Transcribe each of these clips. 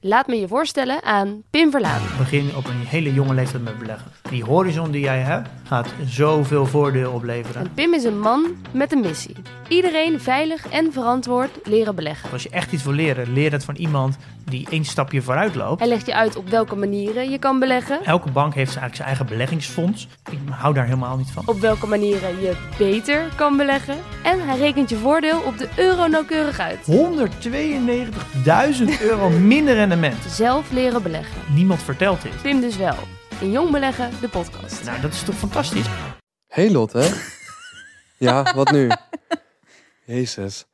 Laat me je voorstellen aan Pim Verlaan. Begin op een hele jonge leeftijd met beleggen. Die horizon die jij hebt, gaat zoveel voordeel opleveren. En Pim is een man met een missie. Iedereen veilig en verantwoord leren beleggen. Als je echt iets wil leren, leer het van iemand die één stapje vooruit loopt. Hij legt je uit op welke manieren je kan beleggen. Elke bank heeft eigenlijk zijn eigen beleggingsfonds. Ik hou daar helemaal niet van. Op welke manieren je beter kan beleggen. En hij rekent je voordeel op de euro nauwkeurig uit. 192.000 euro minder rendement. Zelf leren beleggen. Niemand vertelt dit. Pim dus wel. In Jong Beleggen, de podcast. Nou, dat is toch fantastisch? Hé hey Lotte. Ja, wat nu? Jezus.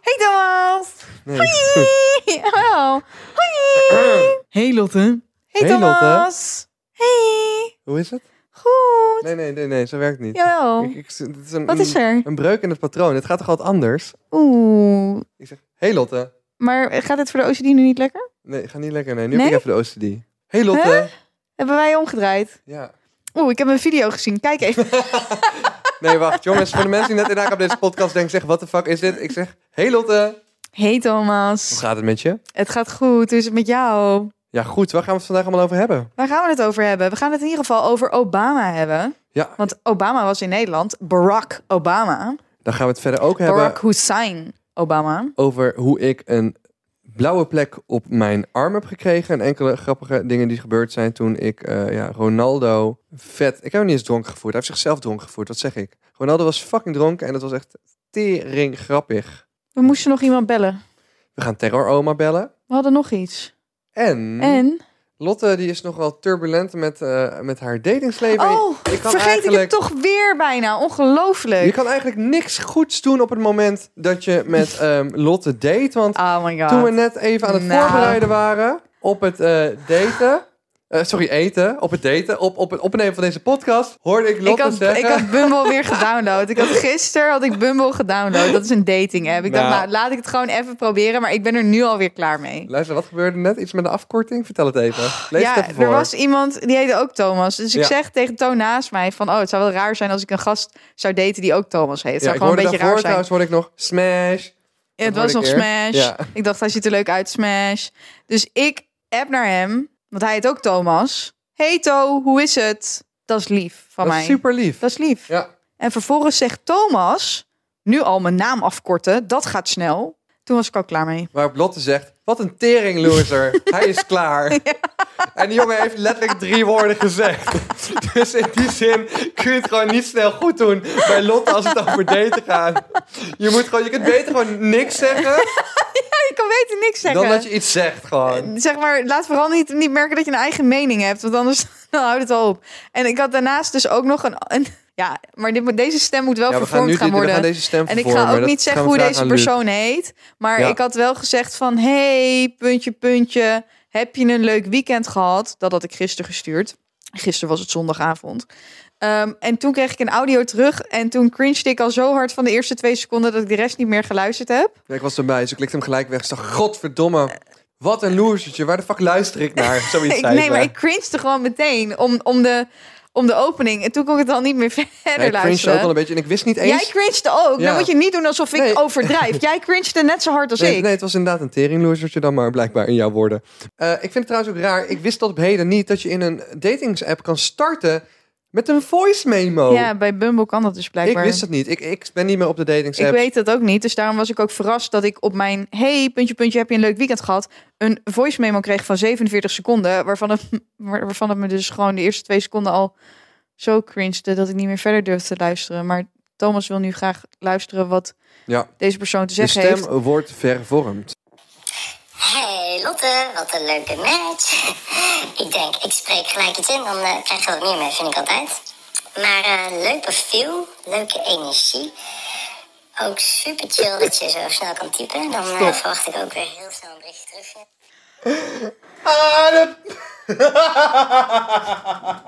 Hey Thomas! Nee. Hoi! Hallo! Hoi! Hey Lotte. Hey, Hey, Lotte. Thomas! Hey! Hoe is het? Goed! Nee, nee, nee, nee, zo werkt het niet. Jawel. Ik- ik- dit is een, Wat is een, er? een breuk in het patroon. Het gaat toch wat anders? Oeh. Ik zeg, hey Lotte. Maar gaat het voor de OCD nu niet lekker? Nee, ga niet lekker. Nee, nu Nee? heb ik even de OCD. Hey Lotte. Hebben wij omgedraaid? Ja. Oeh, ik heb een video gezien. Kijk even. Nee, wacht. Jongens, voor de mensen die net inhaken op deze podcast denken, zeg, wat de fuck is dit? Ik zeg, hey Lotte. Hey Hoe Thomas. gaat het met je? Het gaat goed. Hoe is het met jou? Ja, goed. Waar gaan we het vandaag allemaal over hebben? Waar gaan we het over hebben? We gaan het in ieder geval over Obama hebben. Ja, Want Obama was in Nederland. Barack Obama. dan gaan we het verder ook hebben Barack Hussein Obama. over hoe ik een blauwe plek op mijn arm heb gekregen. En enkele grappige dingen die gebeurd zijn toen ik eh, ja, Ronaldo vet... Ik heb hem niet eens dronken gevoerd. Hij heeft zichzelf dronken gevoerd. Wat zeg ik? Ronaldo was fucking dronken en dat was echt tering grappig. We moesten nog iemand bellen. We gaan terroroma bellen. We hadden nog iets. En, En? Lotte die is nogal turbulent met, eh, met haar datingsleven. Oh, ik kan vergeet ik eigenlijk- het toch weer bijna. Je Ongelooflijk. kan eigenlijk niks goeds doen op het moment dat je met ehm, Lotte date. Want Oh my god. Toen we net even aan het Nou. voorbereiden waren op het eh, daten. eh, sorry, eten. Op het daten. Op, op het opnemen van deze podcast. Hoorde ik ik Lotte had, zeggen. ik had Bumble weer gedownload. Ik had gisteren had ik Bumble gedownload. Dat is een dating app. Ik dacht, Nou. nou, laat ik het gewoon even proberen. Maar ik ben er nu alweer klaar mee. Luister, wat gebeurde net? Iets met een afkorting? Vertel het even. Lees het ja, even voor. er was iemand die heette ook Thomas. Dus ik Ja. zeg tegen Toon naast mij van, oh, het zou wel raar zijn als ik een gast zou daten die ook Thomas heet. Het ja, zou ik gewoon hoorde een beetje daarvoor raar zijn. trouwens, hoorde ik nog smash. Ja, het Dat was nog hoorde ik Smash. eerst. Ja. Ik dacht, hij ziet er leuk uit, Smash. Dus ik app naar hem, want hij heet ook Thomas. Hey To, hoe is het? Dat is lief van Dat mij. is super lief. Dat is lief. Ja. En vervolgens zegt Thomas, nu al mijn naam afkorten, dat gaat snel. Toen was ik ook klaar mee. Waarop Lotte zegt, wat een tering loser. Hij is klaar. En die jongen heeft letterlijk drie woorden gezegd. Dus in die zin kun je het gewoon niet snel goed doen bij Lotte als het over daten gaat. Je, moet gewoon, je kunt beter gewoon niks zeggen Ik kan weten niks zeggen. Dan dat je iets zegt gewoon. Zeg maar, laat vooral niet, niet merken dat je een eigen mening hebt, want anders dan houdt het al op. En ik had daarnaast dus ook nog een... een ja, maar dit, deze stem moet wel Ja, we gaan vervormd nu gaan dit- we worden. gaan deze stem En ik vervormen. ga ook Dat niet zeggen gaan we hoe vragen deze aan Luc. persoon heet. Maar Ja. ik had wel gezegd van... Hey, puntje, puntje. Heb je een leuk weekend gehad? Dat had ik gisteren gestuurd. Gisteren was het zondagavond. Ehm, en toen kreeg ik een audio terug. En toen cringede ik al zo hard van de eerste twee seconden... dat ik de rest niet meer geluisterd heb. Ja, ik was erbij, dus ik klikte hem gelijk weg. Ik dacht, godverdomme, wat een losertje. Waar de fuck luister ik naar? Zoiets Ik, zei nee, ze. maar ik cringede gewoon meteen om, om, de, om de opening. En toen kon ik het al niet meer Ja, verder ik cringe ook al luisteren. een beetje en ik wist niet Jij eens... cringede ook. Ja. Dan moet je niet doen alsof ik Nee. overdrijf. Jij cringede net zo hard als Nee, ik. nee, het was inderdaad een teringlosertje dan maar, blijkbaar in jouw woorden. Eh, ik vind het trouwens ook raar, ik wist tot op heden niet dat je in een datingsapp kan starten met een voice memo. Ja, bij Bumble kan dat dus Oh. ik blijkbaar. wist het niet. Ik, ik ben niet meer op de Ik datingsapp. weet dat ook niet. Dus daarom was ik ook verrast dat ik op mijn... Hey, puntje, puntje, heb je een leuk weekend gehad? Een voice memo kreeg van 47 seconden. Waarvan het, waar- waarvan het me dus gewoon de eerste twee seconden al zo cringede... dat ik niet meer verder durfde te luisteren. Maar Thomas wil nu graag luisteren wat Ja, deze persoon te je zeggen stem heeft. wordt vervormd. Hey Lotte, wat een leuke match. ik denk, ik spreek gelijk iets in, dan eh, krijg je wat meer mee, vind ik altijd. Maar eh, leuk profiel, leuke energie. Ook super chill dat je zo snel kan typen. Dan eh, verwacht ik ook weer heel snel een berichtje terug. van je. Ah, dat-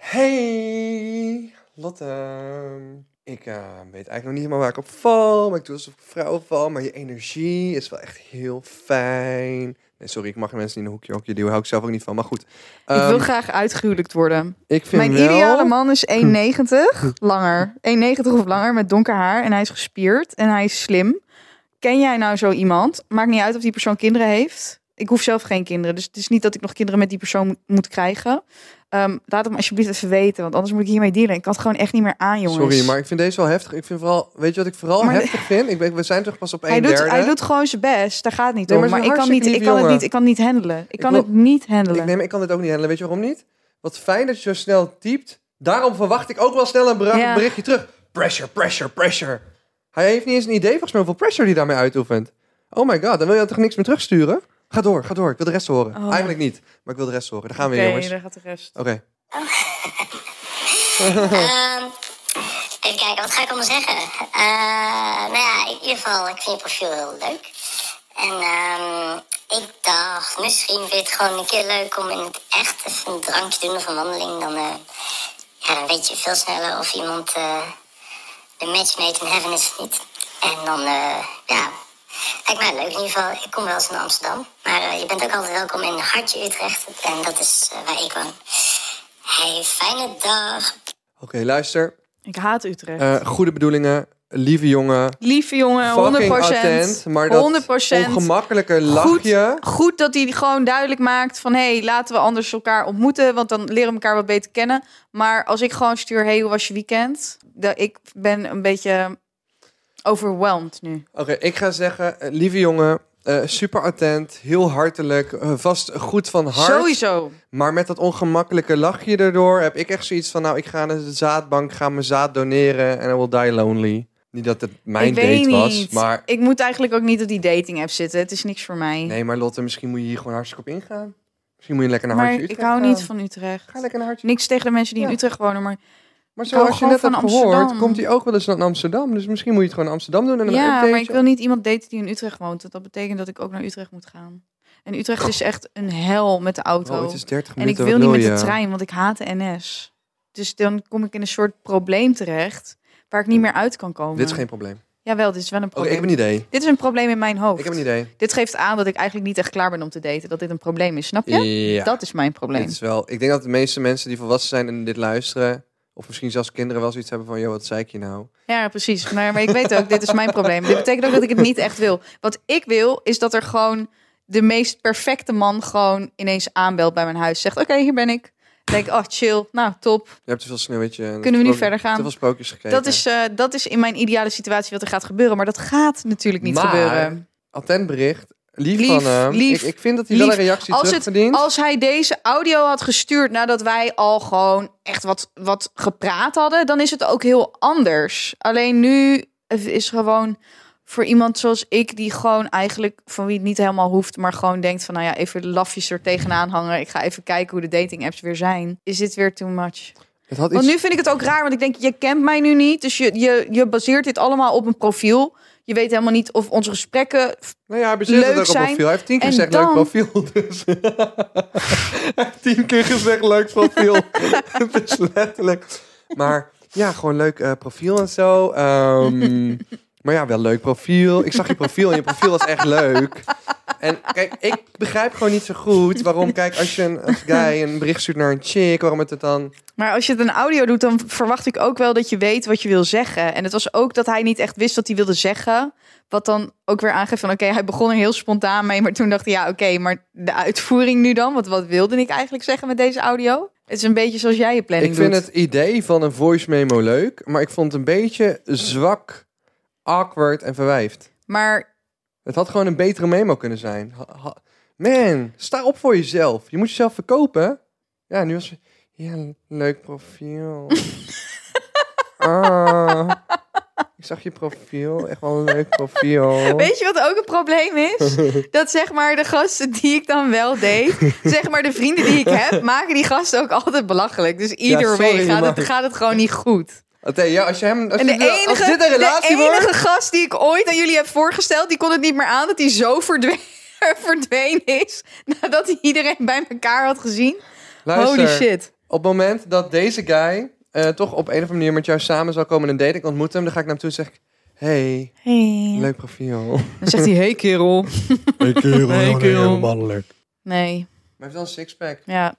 hey, Lotte. Ik eh, weet eigenlijk nog niet helemaal waar ik op val. Maar ik doe alsof ik vrouw val. Maar je energie is wel echt heel fijn. Nee, sorry, ik mag mensen niet in een hoekje, hoekje duwen. Hou ik zelf ook niet van. Maar goed. ik Ehm, wil graag uitgehuwelijkd worden. ik vind Mijn wel... Hm. ideale man is 1,90 langer. 1,90 of langer met donker haar. En hij is gespierd en hij is slim. Ken jij nou zo iemand? Maakt niet uit of die persoon kinderen heeft. Ik hoef zelf geen kinderen. Dus het is niet dat ik nog kinderen met die persoon moet- moet krijgen. Ehm, laat het me alsjeblieft even weten. Want anders moet ik hiermee dealen. Ik kan het gewoon echt niet meer aan, jongens. Sorry, maar ik vind deze wel heftig. Ik vind vooral, weet je wat ik vooral Maar- heftig vind? Ik ben, we zijn toch pas op hij één doet, derde. hij doet gewoon zijn best. Daar gaat het niet Nee, om. maar het Maar is ik een kan, hartstikke niet, ik, lieve kan het jongen. niet, ik kan het niet handelen. Ik, kan wil- het niet Ik, handelen. neem, ik kan dit ook niet handelen. Weet je waarom niet? Wat fijn dat je zo snel typt. Daarom verwacht ik ook wel snel een bera- Ja. berichtje terug. Pressure, pressure, pressure. Hij heeft niet eens een idee volgens mij hoeveel pressure hij daarmee uitoefent. Oh my god, dan wil je toch niks meer terugsturen? Ga door, ga door. Ik wil de rest horen. Oh. Eigenlijk niet, maar ik wil de rest horen. Daar gaan we weer, jongens. Oké. gaat de rest. Ehm, even kijken, wat ga ik allemaal zeggen? Eh, nou ja, in ieder geval, ik vind je profiel heel leuk. En ehm, ik dacht, misschien vind je het gewoon een keer leuk om in het echt even een drankje te doen of een wandeling. Dan, eh, ja, dan weet je veel sneller of iemand eh een match made in heaven is of niet. En dan, eh, ja, lijkt mij leuk in ieder geval. Ik kom wel eens naar Amsterdam. Maar eh, je bent ook altijd welkom in Hartje Utrecht. En dat is eh, waar ik woon. Hey, fijne dag. Oké, luister. Ik haat Utrecht. Eh, goede bedoelingen, lieve jongen. Lieve jongen, 100 Fucking attent. Maar dat 100%. ongemakkelijke Goed, lachje. goed dat hij gewoon duidelijk maakt van... hé, hey, laten we anders elkaar ontmoeten... want dan leren we elkaar wat beter kennen. Maar als ik gewoon stuur, hey, hoe was je weekend? Dat ik ben een beetje overwhelmed nu. Oké, ik ga zeggen, eh, lieve jongen, eh, super attent, heel hartelijk, eh, vast goed van hart. Sowieso. Maar met dat ongemakkelijke lachje erdoor heb ik echt zoiets van, nou, ik ga naar de zaadbank, ga mijn zaad doneren en I will die lonely. Niet dat het mijn ik date weet niet. was, maar... Ik moet eigenlijk ook niet op die dating app zitten. Het is niks voor mij. Nee, maar Lotte, misschien moet je hier gewoon hartstikke op ingaan. Misschien moet je lekker naar maar Hartje ik Utrecht hou gaan. niet van Utrecht. Ga lekker naar Hartje Niks tegen de mensen die in Ja. Utrecht wonen, maar Maar hou zoals je gewoon net van hebt Amsterdam. gehoord, komt hij ook wel eens naar Amsterdam. Dus misschien moet je het gewoon in Amsterdam doen en een Ja, updateje. maar ik wil niet iemand daten die in Utrecht woont. want Dat betekent dat ik ook naar Utrecht moet gaan. En Utrecht is echt een hel met de auto. Oh, het is 30 en ik minuten, wil wat niet met de je? trein, want ik haat de NS. Dus dan kom ik in een soort probleem terecht waar ik niet meer uit kan komen. Dit is geen probleem. Oké, Jawel, dit is wel een probleem. ik heb een idee. Dit is een probleem in mijn hoofd. Ik heb een idee. Dit geeft aan dat ik eigenlijk niet echt klaar ben om te daten. Dat dit een probleem is, snap je? Ja. Dat is mijn probleem. Dit is wel, ik denk dat de meeste mensen die volwassen zijn en dit luisteren, of misschien zelfs kinderen wel zoiets hebben van, joh, wat zei ik je nou? Ja, precies. Maar, maar ik weet ook, dit is mijn probleem. Dit betekent ook dat ik het niet echt wil. Wat ik wil, is dat er gewoon de meest perfecte man gewoon ineens aanbelt bij mijn huis. Zegt, oké, hier ben ik. Dan denk ik, oh chill, nou top. Je hebt te veel sneeuwwitje. en Kunnen we nu sprookjes- verder gaan? Te veel sprookjes gekeken. Dat is, eh, dat is in mijn ideale situatie wat er gaat gebeuren. Maar dat gaat natuurlijk niet Maar- gebeuren. Attent bericht. Lief, Lief, van hem. lief, ik, ik vind dat hij lief. wel een reactie Als, het, terugverdient. als hij deze audio had gestuurd nadat wij al gewoon echt wat, wat gepraat hadden, dan is het ook heel anders. Alleen nu is gewoon voor iemand zoals ik, die gewoon eigenlijk van wie het niet helemaal hoeft, maar gewoon denkt van nou ja, even lafjes er tegenaan hangen. Ik ga even kijken hoe de dating apps weer zijn. Is dit weer too much? Het had Want iets- nu vind ik het ook raar, want ik denk, je kent mij nu niet. Dus je, je, je baseert dit allemaal op een profiel. Je weet helemaal niet of onze gesprekken nou ja, hij bezit leuk het ook op zijn. profiel. Hij heeft tien keer En gezegd dan- leuk profiel. Dus. hij heeft tien keer gezegd leuk profiel. Het is letterlijk. Maar ja, gewoon leuk eh, profiel en zo. Ehm, maar ja, wel leuk profiel. Ik zag je profiel en je profiel was echt leuk. En kijk, ik begrijp gewoon niet zo goed waarom, kijk, als je een als guy een bericht stuurt naar een chick, waarom het het dan... Maar als je het een audio doet, dan verwacht ik ook wel dat je weet wat je wil zeggen. En het was ook dat hij niet echt wist wat hij wilde zeggen. Wat dan ook weer aangeeft van, oké, hij begon er heel spontaan mee. Maar toen dacht hij, ja, oké, maar de uitvoering nu dan? Wat, wat wilde ik eigenlijk zeggen met deze audio? Het is een beetje zoals jij je planning Ik vind doet. het idee van een voice memo leuk, maar ik vond het een beetje zwak, awkward en verwijfd. Maar Het had gewoon een betere memo kunnen zijn. Ha- ha- Man, sta op voor jezelf. Je moet jezelf verkopen. Ja, nu was... Ja, le- leuk profiel. ah, ik zag je profiel. Echt wel een leuk profiel. weet je wat ook een probleem is? Dat zeg maar de gasten die ik dan wel deed, zeg maar de vrienden die ik heb, maken die gasten ook altijd belachelijk. Dus either way sorry, gaat het, maar- gaat het gewoon niet goed. Oké, ja, als, je hem, als, En je de wil- als enige, dit een relatie de wordt... enige gast die ik ooit aan jullie heb voorgesteld, die kon het niet meer aan dat hij zo verdween, verdwenen is. Nadat hij iedereen bij elkaar had gezien. Luister, Holy shit. Op het moment dat deze guy eh, toch op een of andere manier met jou samen zal komen en een date, ik ontmoet hem, dan ga ik naar hem toe en zeg ik, Hey, Hey. leuk profiel. Dan zegt hij, hey kerel. Ik kerel, Hey, hey, kerel. kerel. mannelijk. Nee, Maar heeft wel een sixpack. ja.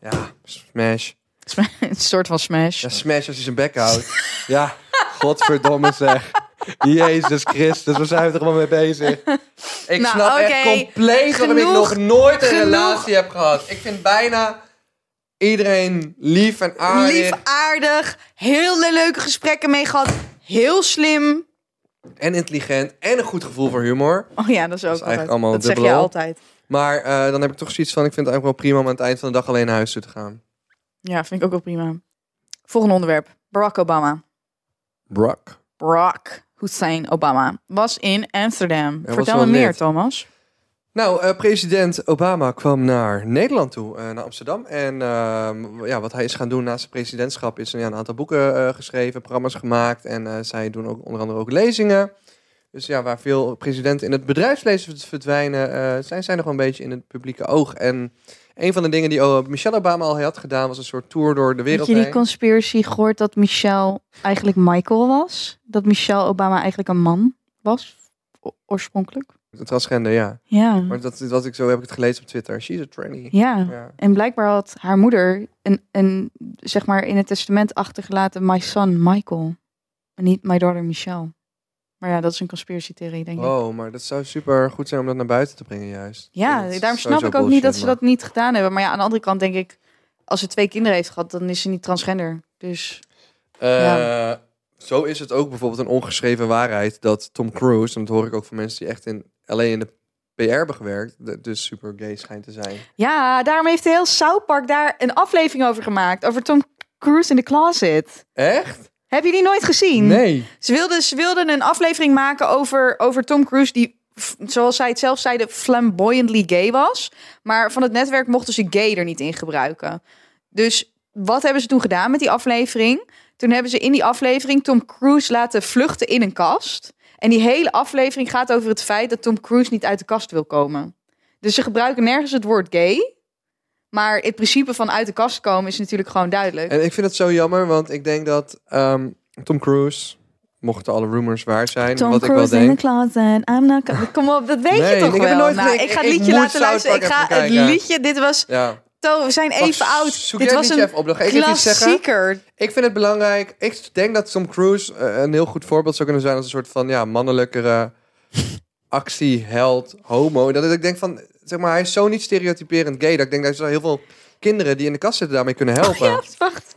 Ja, smash. Een soort van smash. Ja, smash als hij zijn bek houdt. ja, godverdomme zeg. Jezus Christus, waar zijn we er allemaal mee bezig? Ik Nou, snap echt oké, compleet waarom ik genoeg- nog nooit een genoeg- relatie heb gehad. Ik vind bijna iedereen lief en aardig. Lief, aardig. Heel le- leuke gesprekken mee gehad. Heel slim. en intelligent en een goed gevoel voor humor. Oh ja, dat is ook Dat is eigenlijk altijd. allemaal dat zeg dubbel je O. altijd. Maar eh, dan heb ik toch zoiets van, ik vind het eigenlijk wel prima om aan het eind van de dag alleen naar huis toe te gaan. Ja, vind ik ook wel prima. Volgende onderwerp. Barack Obama. Brock. Barack Hussein Obama was in Amsterdam. was Vertel wel me meer, net. Thomas. Nou, eh, president Obama kwam naar Nederland toe, eh, naar Amsterdam. En ehm, ja, wat hij is gaan doen naast zijn presidentschap is ja, een aantal boeken eh, geschreven, programma's gemaakt. En eh, zij doen ook onder andere ook lezingen. Dus ja, waar veel presidenten in het bedrijfsleven verd- verdwijnen, eh, zijn zij nog wel een beetje in het publieke oog. En een van de dingen die oh, Michelle Obama al had gedaan, was een soort tour door de wereld Heb je die heen. conspiracy gehoord dat Michelle eigenlijk Michael was? Dat Michelle Obama eigenlijk een man was? o- Oorspronkelijk? Transgender, ja. Ja. Maar dat, wat ik, zo heb ik het gelezen op Twitter. She's a tranny. Ja. Ja. En blijkbaar had haar moeder een, een, zeg maar in het testament achtergelaten: My son Michael. En niet My daughter Michelle. Maar ja, dat is een conspiracy theorie, denk ik. Wow, Oh, maar dat zou super goed zijn om dat naar buiten te brengen juist. Ja, Dat is daarom snap sowieso ik ook niet dat ze bullshit, maar- dat niet gedaan hebben. Maar ja, aan de andere kant denk ik, als ze twee kinderen heeft gehad, dan is ze niet transgender. Dus Eh, Ja. Zo is het ook bijvoorbeeld een ongeschreven waarheid dat Tom Cruise, en dat hoor ik ook van mensen die echt in LA in de PR hebben gewerkt, de- dus super gay schijnt te zijn. ja, daarom heeft heel South Park daar een aflevering over gemaakt. Over Tom Cruise in the closet. Echt? Heb je die nooit gezien? Nee. Ze wilden, ze wilden een aflevering maken over, over Tom Cruise, die, f- zoals zij het zelf zeiden, flamboyantly gay was. Maar van het netwerk mochten ze gay er niet in gebruiken. Dus wat hebben ze toen gedaan met die aflevering? Toen hebben ze in die aflevering Tom Cruise laten vluchten in een kast. En die hele aflevering gaat over het feit dat Tom Cruise niet uit de kast wil komen. Dus ze gebruiken nergens het woord gay. Maar het principe van uit de kast komen is natuurlijk gewoon duidelijk. En ik vind het zo jammer, want ik denk dat ehm, Tom Cruise, mochten alle rumors waar zijn, wat ik wel denk. closet. I'm not gonna- Kom op, dat weet Nee, je toch ik heb wel. er nooit Nou, gekeken. ik ga het Ik- ik liedje moet laten South luisteren. Ik Park ga even het kijken. liedje. Dit was. Ja. To, we zijn even Wacht, oud. Zoek dit jij was het liedje even een op. Dan ga ik even iets zeggen. klassieker. Ik vind het belangrijk. Ik denk dat Tom Cruise eh, een heel goed voorbeeld zou kunnen zijn als een soort van ja, mannelijkere actieheld, homo. Dat ik denk van, zeg maar, hij is zo niet stereotyperend gay. Dat ik denk dat er heel veel kinderen die in de kast zitten daarmee kunnen helpen. Ja, wacht.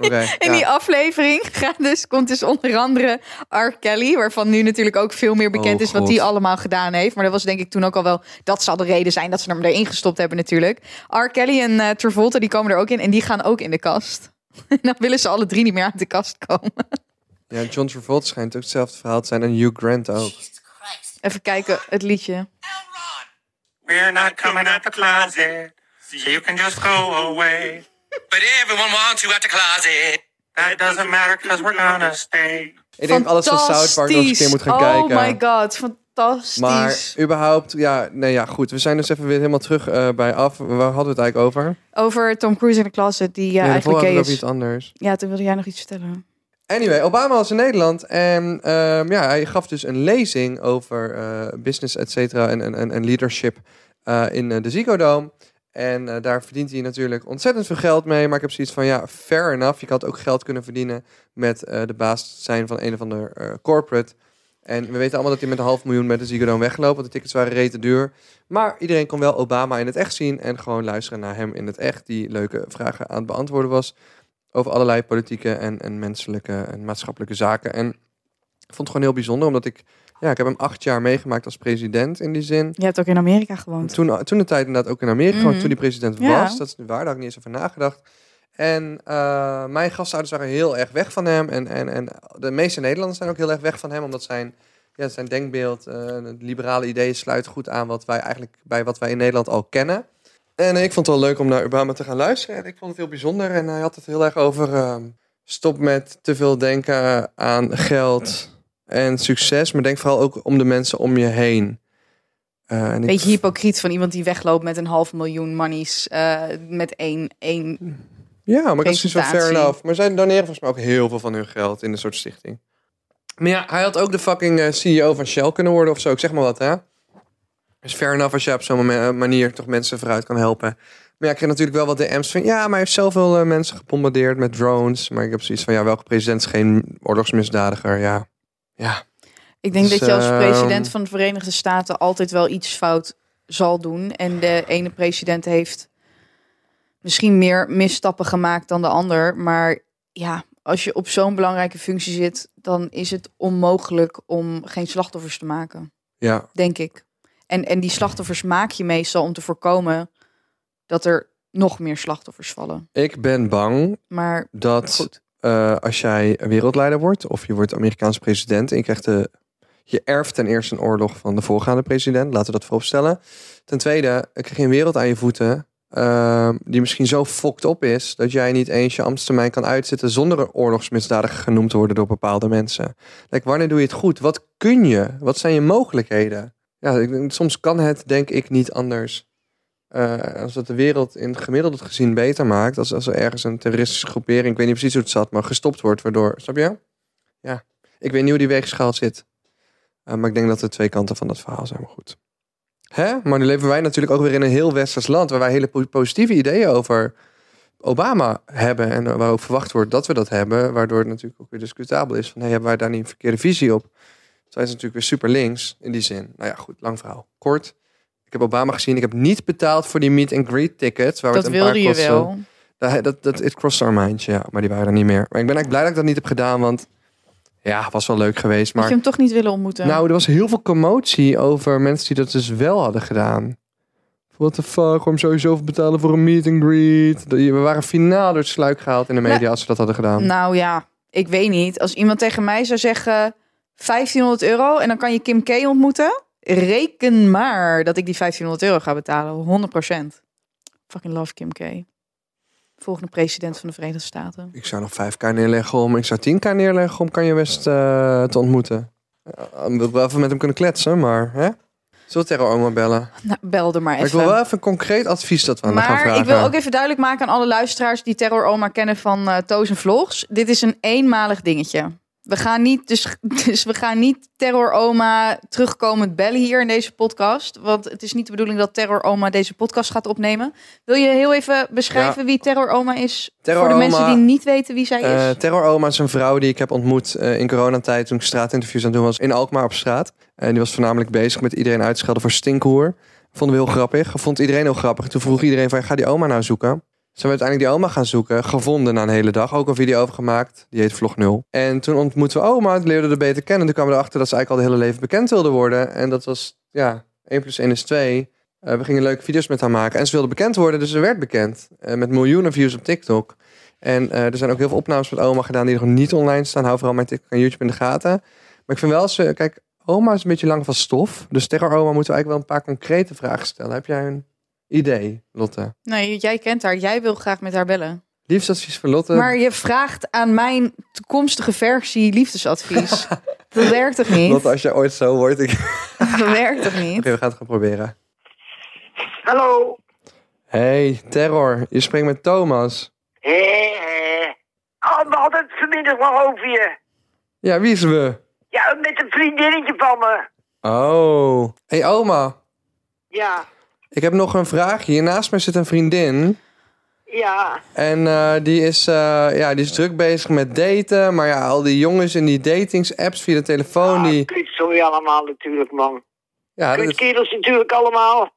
Oké, In ja. die aflevering gaat dus, komt dus onder andere R. Kelly, waarvan nu natuurlijk ook veel meer bekend Oh, is wat God. hij allemaal gedaan heeft. Maar dat was denk ik toen ook al wel, dat zal de reden zijn dat ze hem erin gestopt hebben natuurlijk. R. Kelly en eh, Travolta, die komen er ook in en die gaan ook in de kast. En dan willen ze alle drie niet meer uit de kast komen. ja, John Travolta schijnt ook hetzelfde verhaal te zijn en Hugh Grant ook. Jesus Christ. Even kijken, het liedje. We're not coming out the closet, so you can just go away. But everyone wants you out the closet. That doesn't matter because we're gonna stay. Ik denk alles van South Park nog eens een keer moet gaan kijken. Oh my god, fantastisch. Maar überhaupt, ja, nee, ja, goed. We zijn dus even weer helemaal terug eh, bij af. Waar hadden we het eigenlijk over? Ja, Over Tom Cruise in de closet, die ja, nee, daarvoor eigenlijk hadden gay we over is. iets anders. Ja, toen wilde jij nog iets vertellen. Anyway, Obama was in Nederland en ehm, ja, hij gaf dus een lezing over eh, business, et cetera, en, en- en, en leadership eh, in eh, de Ziggo Dome. En eh, daar verdient hij natuurlijk ontzettend veel geld mee. Maar ik heb zoiets van, ja, fair enough. Je had ook geld kunnen verdienen met eh, de baas zijn van een of ander eh, corporate. En we weten allemaal dat hij met een half miljoen met de Ziggo Dome weggelopen. Want de tickets waren rete duur. Maar iedereen kon wel Obama in het echt zien. En gewoon luisteren naar hem in het echt. Die leuke vragen aan het beantwoorden was over allerlei politieke en, en menselijke en maatschappelijke zaken. En ik vond het gewoon heel bijzonder, omdat ik, ja, ik heb hem acht jaar meegemaakt als president in die zin. Je hebt ook in Amerika gewoond. Toen, toen de tijd inderdaad ook in Amerika, Mhm. gewoon toen die president Ja. was. Dat is nu waar, daar had ik niet eens over nagedacht. En eh, mijn gastouders waren heel erg weg van hem. En, en, en de meeste Nederlanders zijn ook heel erg weg van hem, omdat zijn, ja, zijn denkbeeld, eh, het liberale ideeën sluit goed aan wat wij eigenlijk bij wat wij in Nederland al kennen. En ik vond het wel leuk om naar Obama te gaan luisteren. En ik vond het heel bijzonder. En hij had het heel erg over ehm, stop met te veel denken aan geld en succes. Maar denk vooral ook om de mensen om je heen. Eh, en ik- Beetje hypocriet van iemand die wegloopt met een half miljoen monies. eh, met één, één. Ja, maar ik had zoiets van fair presentatie. enough. Maar zij doneren volgens mij ook heel veel van hun geld in een soort stichting. Maar ja, hij had ook de fucking eh, CEO van Shell kunnen worden of zo. Ik zeg maar wat, hè? Dus fair enough als je op zo'n momen- manier toch mensen vooruit kan helpen. Maar ja, ik kreeg natuurlijk wel wat DM's van... Ja, maar hij heeft zoveel eh, mensen gebombardeerd met drones. Maar ik heb zoiets van... Ja, welke president is geen oorlogsmisdadiger? Ja, ja. Ik denk dat je als Zo. president van de Verenigde Staten altijd wel iets fout zal doen. En de ene president heeft misschien meer misstappen gemaakt dan de ander. Maar ja, als je op zo'n belangrijke functie zit, dan is het onmogelijk om geen slachtoffers te maken, Ja, denk ik. En, en die slachtoffers maak je meestal om te voorkomen dat er nog meer slachtoffers vallen. ik ben bang Maar dat goed, eh, als jij wereldleider wordt of je wordt Amerikaanse president en je krijgt de. Je erft ten eerste een oorlog van de voorgaande president, laten we dat vooropstellen. Ten tweede, eh, krijg je een wereld aan je voeten ehm, die misschien zo fokt op is dat jij niet eens je ambtstermijn kan uitzitten zonder een oorlogsmisdadiger genoemd te worden door bepaalde mensen. Like, wanneer doe je het goed? Wat kun je? Wat zijn je mogelijkheden? Ja, ik, denk, soms kan het denk ik niet anders. Eh, als dat de wereld in het gemiddelde gezien beter maakt, als, als er ergens een terroristische groepering, ik weet niet precies hoe het zat, maar gestopt wordt, waardoor, snap je? Ja, ik weet niet hoe die weegschaal zit. Eh, maar ik denk dat er twee kanten van dat verhaal zijn, maar goed. Hè? Maar nu leven wij natuurlijk ook weer in een heel westers land, waar wij hele po- positieve ideeën over Obama hebben en waar ook verwacht wordt dat we dat hebben, waardoor het natuurlijk ook weer discutabel is van, hey, hebben wij daar niet een verkeerde visie op? Zij is natuurlijk weer super links in die zin. Nou ja, goed, lang verhaal. Kort. Ik heb Obama gezien. Ik heb niet betaald voor die meet and greet tickets. Waar we dat het een paar wilde je kostten. wel. Dat, dat, dat, het crossed our mindje, ja. Maar die waren er niet meer. Maar ik ben eigenlijk blij dat ik dat niet heb gedaan, want... Ja, was wel leuk geweest, Moet maar... je hem toch niet willen ontmoeten? Nou, er was heel veel commotie over mensen die dat dus wel hadden gedaan. What the fuck, waarom zou je zoveel betalen voor een meet and greet? Dat je- We waren finaal door het sluik gehaald in de media Nou, als ze dat hadden gedaan. Nou ja, ik weet niet. Als iemand tegen mij zou zeggen 1500 euro en dan kan je Kim K ontmoeten, reken maar dat ik die 1500 euro ga betalen. 100%. Fucking love Kim K. Volgende president van de Verenigde Staten. Ik zou nog 5k neerleggen om, ik zou 10k neerleggen om Kanye West eh, te ontmoeten. Eh, Ik wil wel even met hem kunnen kletsen, maar hè? Zullen we tegen oma bellen? Maar Nou, belde maar ik wil even. wel even een concreet advies dat we aan haar Oh, gaan maar vragen. ik wil ook even duidelijk maken aan alle luisteraars die Terror Oma kennen van eh Toos en Vlogs. Dit is een eenmalig dingetje. We gaan niet, dus, dus we gaan niet Terror Oma terugkomend bellen hier in deze podcast. Want het is niet de bedoeling dat Terror Oma deze podcast gaat opnemen. Wil je heel even beschrijven wie Terror Oma is? Terror voor de Oma, mensen die niet weten wie zij Eh, is. Terror Oma is een vrouw die ik heb ontmoet eh, in coronatijd toen ik straatinterviews aan het doen was in Alkmaar op straat. En die was voornamelijk bezig met iedereen uitschelden voor stinkhoer. Vonden we heel grappig. Vond iedereen heel grappig. En toen vroeg iedereen van, ga die oma nou zoeken? Ze hebben uiteindelijk die oma gaan zoeken. Gevonden na een hele dag. Ook een video over gemaakt. Die heet Vlog 0. En toen ontmoetten we oma. en Leerden we er beter kennen. En toen kwamen we erachter dat ze eigenlijk al het hele leven bekend wilde worden. En dat was, ja, 1 plus 1 is 2. Eh, we gingen leuke video's met haar maken. En ze wilde bekend worden, dus ze werd bekend. Eh, met miljoenen views op TikTok. En eh, er zijn ook heel veel opnames met oma gedaan die nog niet online staan. Hou vooral mijn TikTok en YouTube in de gaten. Maar ik vind wel, ze, kijk, oma is een beetje lang van stof. Dus tegen oma moeten we eigenlijk wel een paar concrete vragen stellen. Heb jij een idee, Lotte? Nee, jij kent haar. Jij wil graag met haar bellen. Liefdesadvies van Lotte. Maar je vraagt aan mijn toekomstige versie liefdesadvies. Dat werkt toch niet? Lotte, als jij ooit zo wordt. Ik... Oké, Dat werkt toch niet? we gaan het gaan proberen. Hallo. Hey, terror. Je spreekt met Thomas. Hé, hé. Oh, we hadden het vanmiddag nog over je. Ja, wie is we? Ja, met een vriendinnetje van me. Oh. Hey, oma. Ja, Ik heb nog een vraagje. Hier naast mij zit een vriendin. ja. En eh, die, is, eh, ja, die is druk bezig met daten. Maar ja, al die jongens in die datingsapps via de telefoon. Ah, Die, kut, sorry allemaal natuurlijk, man. ja, dat Kut is- kerels natuurlijk allemaal.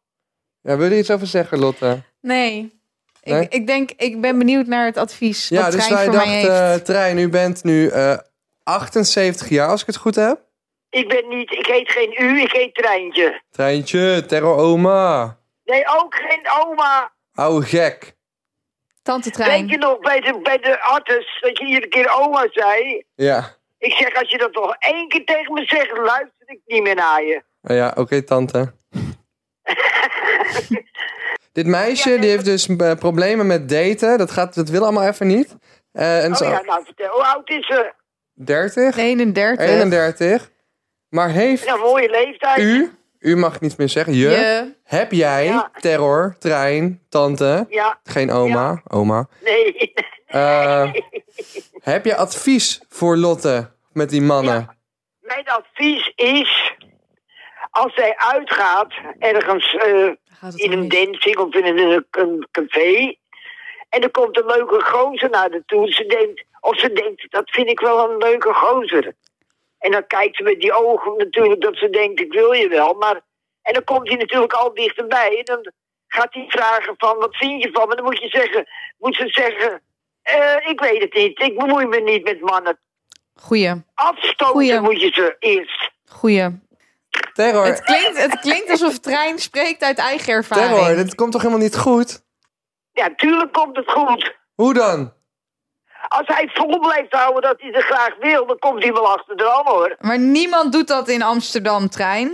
ja, wil je iets over zeggen, Lotte? Nee. Nee? Ik, ik denk, ik ben benieuwd naar het advies Ja, wat dus Trein wij voor mij dachten, eh, heeft. Trein, u bent nu eh, 78 jaar, als ik het goed heb. Ik ben niet, ik heet geen u, ik heet treintje. Treintje, terror oma. Nee, ook geen oma. Oude gek. Tante Trein. Weet je nog bij de, bij de artis dat je iedere keer oma zei? Ja, Ik zeg, als je dat nog één keer tegen me zegt, luister ik niet meer naar je. Nou ja oké, tante. Dit meisje, die heeft dus eh, problemen met daten. Dat, gaat, dat wil allemaal even niet. Eh, en Oh zo, ja, nou vertel, hoe oud is ze? 30? 31. 31. Maar heeft Nou, mooie leeftijd. u, u mag niet meer zeggen, je, Je. heb jij Ja. terror, trein, tante, Ja, geen oma, oma. nee. Eh, heb je advies voor Lotte met die mannen? Mijn advies is, als zij uitgaat, ergens eh, Gaat het in om een niet? dancing of in een, een- een café, en er komt een leuke gozer naar de toe, ze denkt, of ze denkt, dat vind ik wel een leuke gozer. En dan kijkt ze met die ogen natuurlijk dat ze denkt, ik wil je wel. Maar, en dan komt hij natuurlijk al dichterbij. En dan gaat hij vragen van, wat vind je van me? Dan moet, je zeggen, moet ze zeggen, eh, ik weet het niet. Ik bemoei me niet met mannen. Goeie, Afstoten Goeie. moet je ze eerst. goeie. Terror, Het klinkt, het klinkt alsof Trein spreekt uit eigen ervaring. terror, dit komt toch helemaal niet goed? Ja, tuurlijk komt het goed. Hoe dan? Als hij het vol blijft houden dat hij ze graag wil, dan komt hij wel achter de hand hoor. Maar niemand doet dat in Amsterdam, Trein. Eh,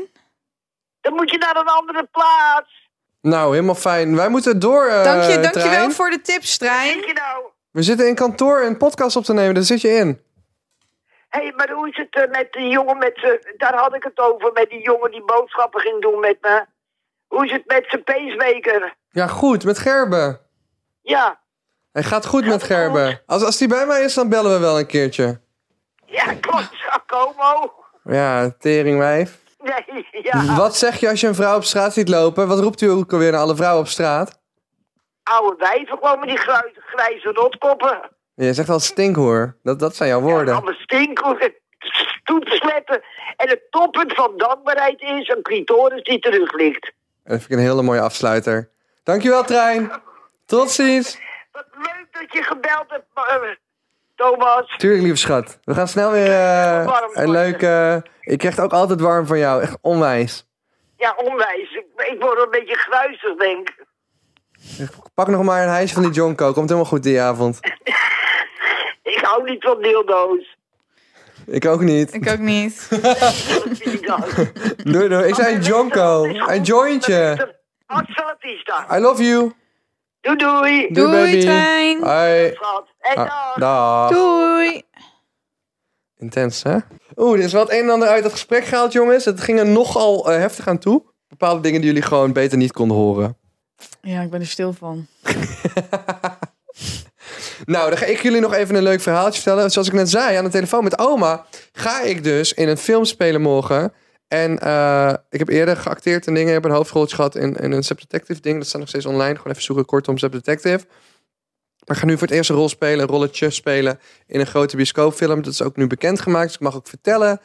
Dan moet je naar een andere plaats. Nou, helemaal fijn. Wij moeten door, eh Dank je, Trein. dankjewel voor de tips, Denk Trein. je nou, We zitten in kantoor een podcast op te nemen, daar zit je in. hé, hey, maar hoe is het eh, met die jongen met zijn... Daar had ik het over, met die jongen die boodschappen ging doen met me. Hoe is het met zijn pacemaker? Ja, goed, met Gerben. Ja, Hij gaat goed met Gerben. Als, als die bij mij is, dan bellen we wel een keertje. ja, klopt, Acomo. Ja, teringwijf. Nee, ja, Mm, Wat zeg je als je een vrouw op straat ziet lopen? Wat roept u ook alweer naar alle vrouwen op straat? oude wijven gewoon met die grui- grijze rotkoppen. Je zegt wel stinkhoer. Dat, dat zijn jouw woorden. Allemaal stinken, stoepsletten. En het toppunt van dankbaarheid is een clitoris die terug ligt. Dat vind ik een hele mooie afsluiter. Dankjewel, trein. Tot ziens. Wat leuk dat je gebeld hebt, eh, Thomas. Tuurlijk, lieve schat. We gaan snel weer eh, een leuke... Ik krijg het ook altijd warm van jou. Echt onwijs. Ja, onwijs. Ik, ik word een beetje gruizig, denk ik. Pak nog maar een hijsje van die Jonko. Komt helemaal goed die avond. Ik hou niet van dildo's. Ik ook niet. Ik ook niet. Doei, doei. Ik zei Oh, een Jonko. Een jointje. Assatista. I love you. Ah, Doei doei. Doei, Doei, baby. Trein. Hoi. Schat. En Ah, dan. dag. Doei. Intens, hè? Oeh, er is wat een en ander uit dat gesprek gehaald, jongens. Het ging er nogal eh, heftig aan toe. Bepaalde dingen die jullie gewoon beter niet konden horen. Ja, ik ben er stil van. Nou, dan ga ik jullie nog even een leuk verhaaltje vertellen. Zoals ik net zei aan de telefoon met oma, ga ik dus in een film spelen morgen. En eh, ik heb eerder geacteerd en dingen. Ik heb een hoofdroltje gehad in, in een Sub Detective ding. Dat staat nog steeds online. Gewoon even zoeken, kortom, Sub Detective. Maar ik ga nu voor het eerst een rol spelen, een rolletje spelen in een grote bioscoopfilm. Dat is ook nu bekendgemaakt, dus ik mag ook vertellen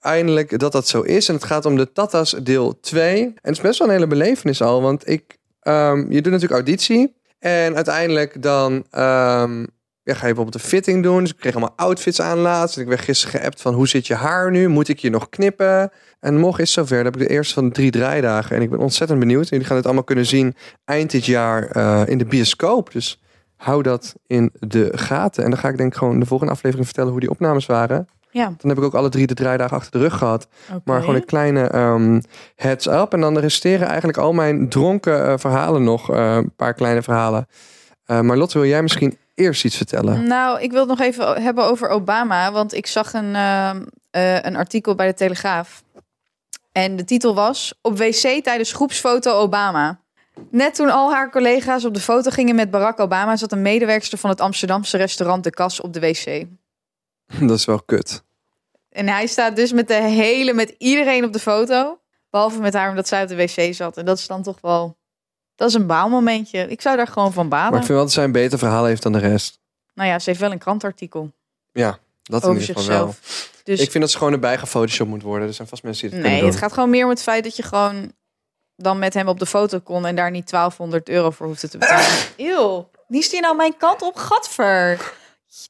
eindelijk dat dat zo is. En het gaat om de Tatas deel 2. En het is best wel een hele belevenis al, want ik, ehm, je doet natuurlijk auditie. En uiteindelijk dan ehm, ja, ga je bijvoorbeeld een fitting doen. Dus ik kreeg allemaal outfits aan laatst. En ik werd gisteren geappt van hoe zit je haar nu? Moet ik je nog knippen? En morgen is het zover. Dan heb ik de eerste van de drie draaidagen. En ik ben ontzettend benieuwd. En jullie gaan het allemaal kunnen zien eind dit jaar eh, in de bioscoop. Dus hou dat in de gaten. En dan ga ik denk ik gewoon de volgende aflevering vertellen hoe die opnames waren. Ja, Dan heb ik ook alle drie de draaidagen achter de rug gehad. oké. Maar gewoon een kleine ehm, heads up. En dan resteren eigenlijk al mijn dronken eh, verhalen nog. eh, een paar kleine verhalen. Eh, maar Lotte, wil jij misschien eerst iets vertellen? Nou, ik wil het nog even o- hebben over Obama. Want ik zag een, eh, eh, een artikel bij de Telegraaf. En de titel was... Op wc tijdens groepsfoto Obama. Net toen al haar collega's op de foto gingen met Barack Obama... zat een medewerkster van het Amsterdamse restaurant De Kas op de wc. Mm. Dat is wel kut. Ah, En hij staat dus met de hele, met iedereen op de foto. Behalve met haar, omdat zij op de wc zat. En dat is dan toch wel... Dat is een baalmomentje. Ik zou daar gewoon van Maar balen. ik vind wel dat zij een beter verhaal heeft dan de rest. Nou ja, ze heeft wel een krantartikel Dat in over ieder geval wel. zichzelf. Dus Ik vind dat ze gewoon erbij gefotoshopt moet worden. Er zijn vast mensen die dat nee, kunnen het doen. gaat gewoon meer om het feit dat je gewoon dan met hem op de foto kon... en daar niet 1200 euro voor hoefde te betalen. Eeuw, niest hij nou mijn kant op? Gadver!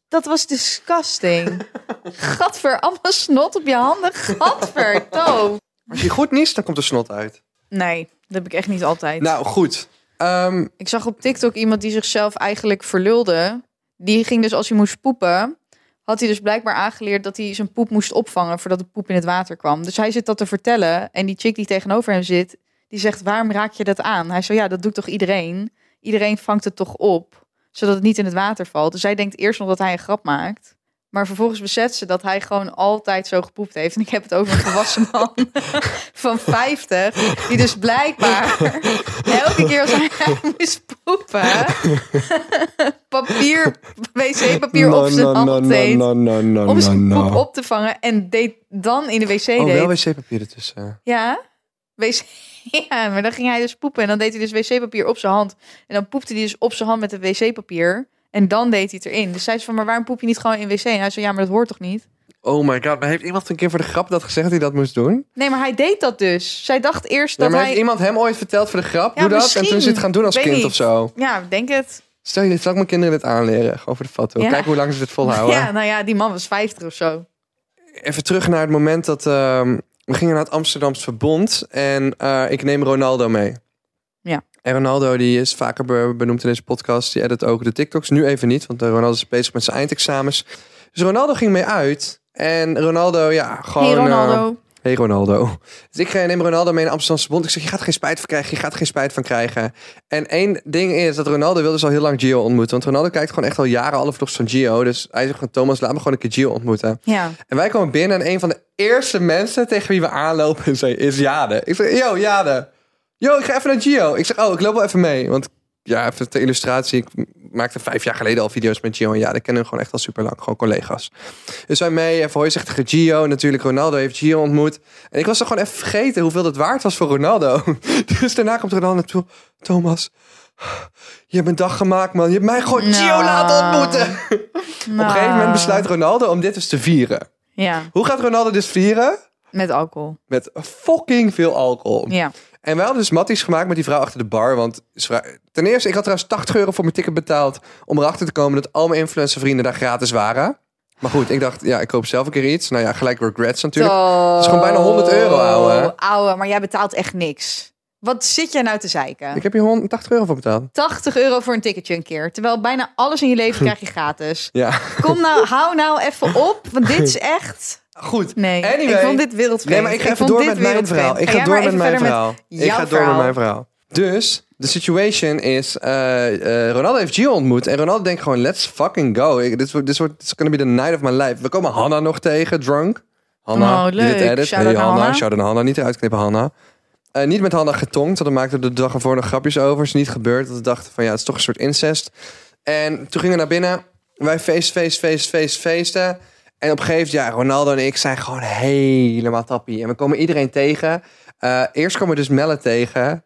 Dat was disgusting. Gadver, allemaal snot op je handen. Gadver, Toon. Als je goed niest, dan komt er snot uit. Nee, dat heb ik echt niet altijd. Nou, goed. Ehm, Ik zag op TikTok iemand die zichzelf eigenlijk verlulde. Die ging dus als hij moest poepen, had hij dus blijkbaar aangeleerd dat hij zijn poep moest opvangen voordat de poep in het water kwam. Dus hij zit dat te vertellen en die chick die tegenover hem zit, die zegt: "Waarom raak je dat aan?" Hij zo: "Ja, dat doet toch iedereen? Iedereen vangt het toch op, zodat het niet in het water valt." Dus zij denkt eerst nog dat hij een grap maakt. Maar vervolgens beseft ze dat hij gewoon altijd zo gepoept heeft. En ik heb het over een volwassen man van 50. Die dus blijkbaar elke keer als hij moest poepen... papier, wc-papier op zijn hand deed. no, no, Om zijn poep op te vangen. En deed dan in de wc Oh, deed. wel wc-papier ertussen. Ja, wc. Ja, maar dan ging hij dus poepen. En dan deed hij dus wc-papier op zijn hand. En dan poepte hij dus op zijn hand met het wc-papier. En dan deed hij het erin. Dus zij zei van, maar waarom poep je niet gewoon in wc? En hij zei, ja, maar dat hoort toch niet? Oh my god, maar heeft iemand een keer voor de grap dat gezegd dat hij dat moest doen? Nee, maar hij deed dat dus. Zij dacht eerst Ja, dat maar hij... heeft iemand hem ooit verteld voor de grap? Ja, Doe dat. En misschien. toen ze het gaan doen als Weet kind niet. of zo. Ja, ik denk het. Stel je, zal ik mijn kinderen dit aanleren? Gewoon voor de foto. Ja. Kijk hoe lang ze dit volhouden. Ja, nou ja, die man was 50 of zo. Even terug naar het moment dat... ehm, we gingen naar het Amsterdamse Verbond. En eh, ik neem Ronaldo mee. Ja. En Ronaldo die is vaker be- benoemd in deze podcast. Die edit ook de TikToks. Nu even niet, want eh, Ronaldo is bezig met zijn eindexamens. Dus Ronaldo ging mee uit. En Ronaldo, ja, gewoon... hey eh, Ronaldo. Hey Ronaldo. Dus ik ga- neem Ronaldo mee naar Amsterdamse Bond. Ik zeg, je gaat er geen spijt van krijgen. Je gaat er geen spijt van krijgen. En één ding is dat Ronaldo wil dus al heel lang Gio ontmoeten. Want Ronaldo kijkt gewoon echt al jaren alle vlogs van Gio. Dus hij zegt gewoon, Thomas, laat me gewoon een keer Gio ontmoeten. Ja. En wij komen binnen en een van de eerste mensen tegen wie we aanlopen en zei, is Jade. Ik zeg, yo Jade. Yo, ik ga even naar Gio. Ik zeg, oh, ik loop wel even mee. Want ja, even ter illustratie. Ik maakte vijf jaar geleden al video's met Gio. En ja, die kennen hem gewoon echt al super lang. Gewoon collega's. Dus wij mee. Even hoi zegt tegen Gio. Natuurlijk, Ronaldo heeft Gio ontmoet. En ik was er gewoon even vergeten hoeveel dat waard was voor Ronaldo. Dus daarna komt Ronaldo naartoe. Thomas, je hebt mijn dag gemaakt, man. Je hebt mij gewoon Gio Nou. laten ontmoeten. Op een gegeven moment Nou. besluit Ronaldo om dit dus te vieren. Ja, Hoe gaat Ronaldo dus vieren? met alcohol. Met fucking veel alcohol. Ja. En wij hadden dus matties gemaakt met die vrouw achter de bar. Want ze vra- ten eerste, ik had trouwens 80 euro voor mijn ticket betaald. om erachter te komen dat al mijn influencervrienden daar gratis waren. Maar goed, ik dacht, ja, ik koop zelf een keer iets. Nou ja, gelijk regrets natuurlijk. is gewoon bijna 100 euro, ouwe. Ouwe, maar jij betaalt echt niks. Wat zit jij nou te zeiken? Ik heb hier 180 euro voor betaald. 80 euro voor een ticketje een keer. Terwijl bijna alles in je leven krijg je gratis. Ja, Kom nou, hou nou even op. Want dit is echt... goed. Nee, Anyway. ik vond dit wereldvreemd. Nee, maar ik ga even vond door dit met mijn wereldvreemd. verhaal. Ik ga jij door maar met even mijn verder verhaal. Met Ik jouw ga door met mijn verhaal. Dus, de situation is... eh, eh, Ronaldo heeft Gio ontmoet. En Ronaldo denkt gewoon, let's fucking go. Ik- Dit wordt, dit wordt this is gonna be the night of my life. We komen Hanna nog tegen, drunk. Hanna, Oh, die dit leuk. edit. Shout-out Hey, naar Hanna. Hanna. Shout-out naar Hanna. Niet eruit knippen, Hanna. Eh, niet met Hanna getongd, want daar maakte de dag ervoor nog grapjes over. Is niet gebeurd. Dat we dachten van ja, het is toch een soort incest. En toen gingen we naar binnen. Wij feest, feest, feest, feest, feesten. En op een gegeven moment, ja, Ronaldo en ik zijn gewoon helemaal tappie. En we komen iedereen tegen. Eh, eerst komen we dus Melle tegen.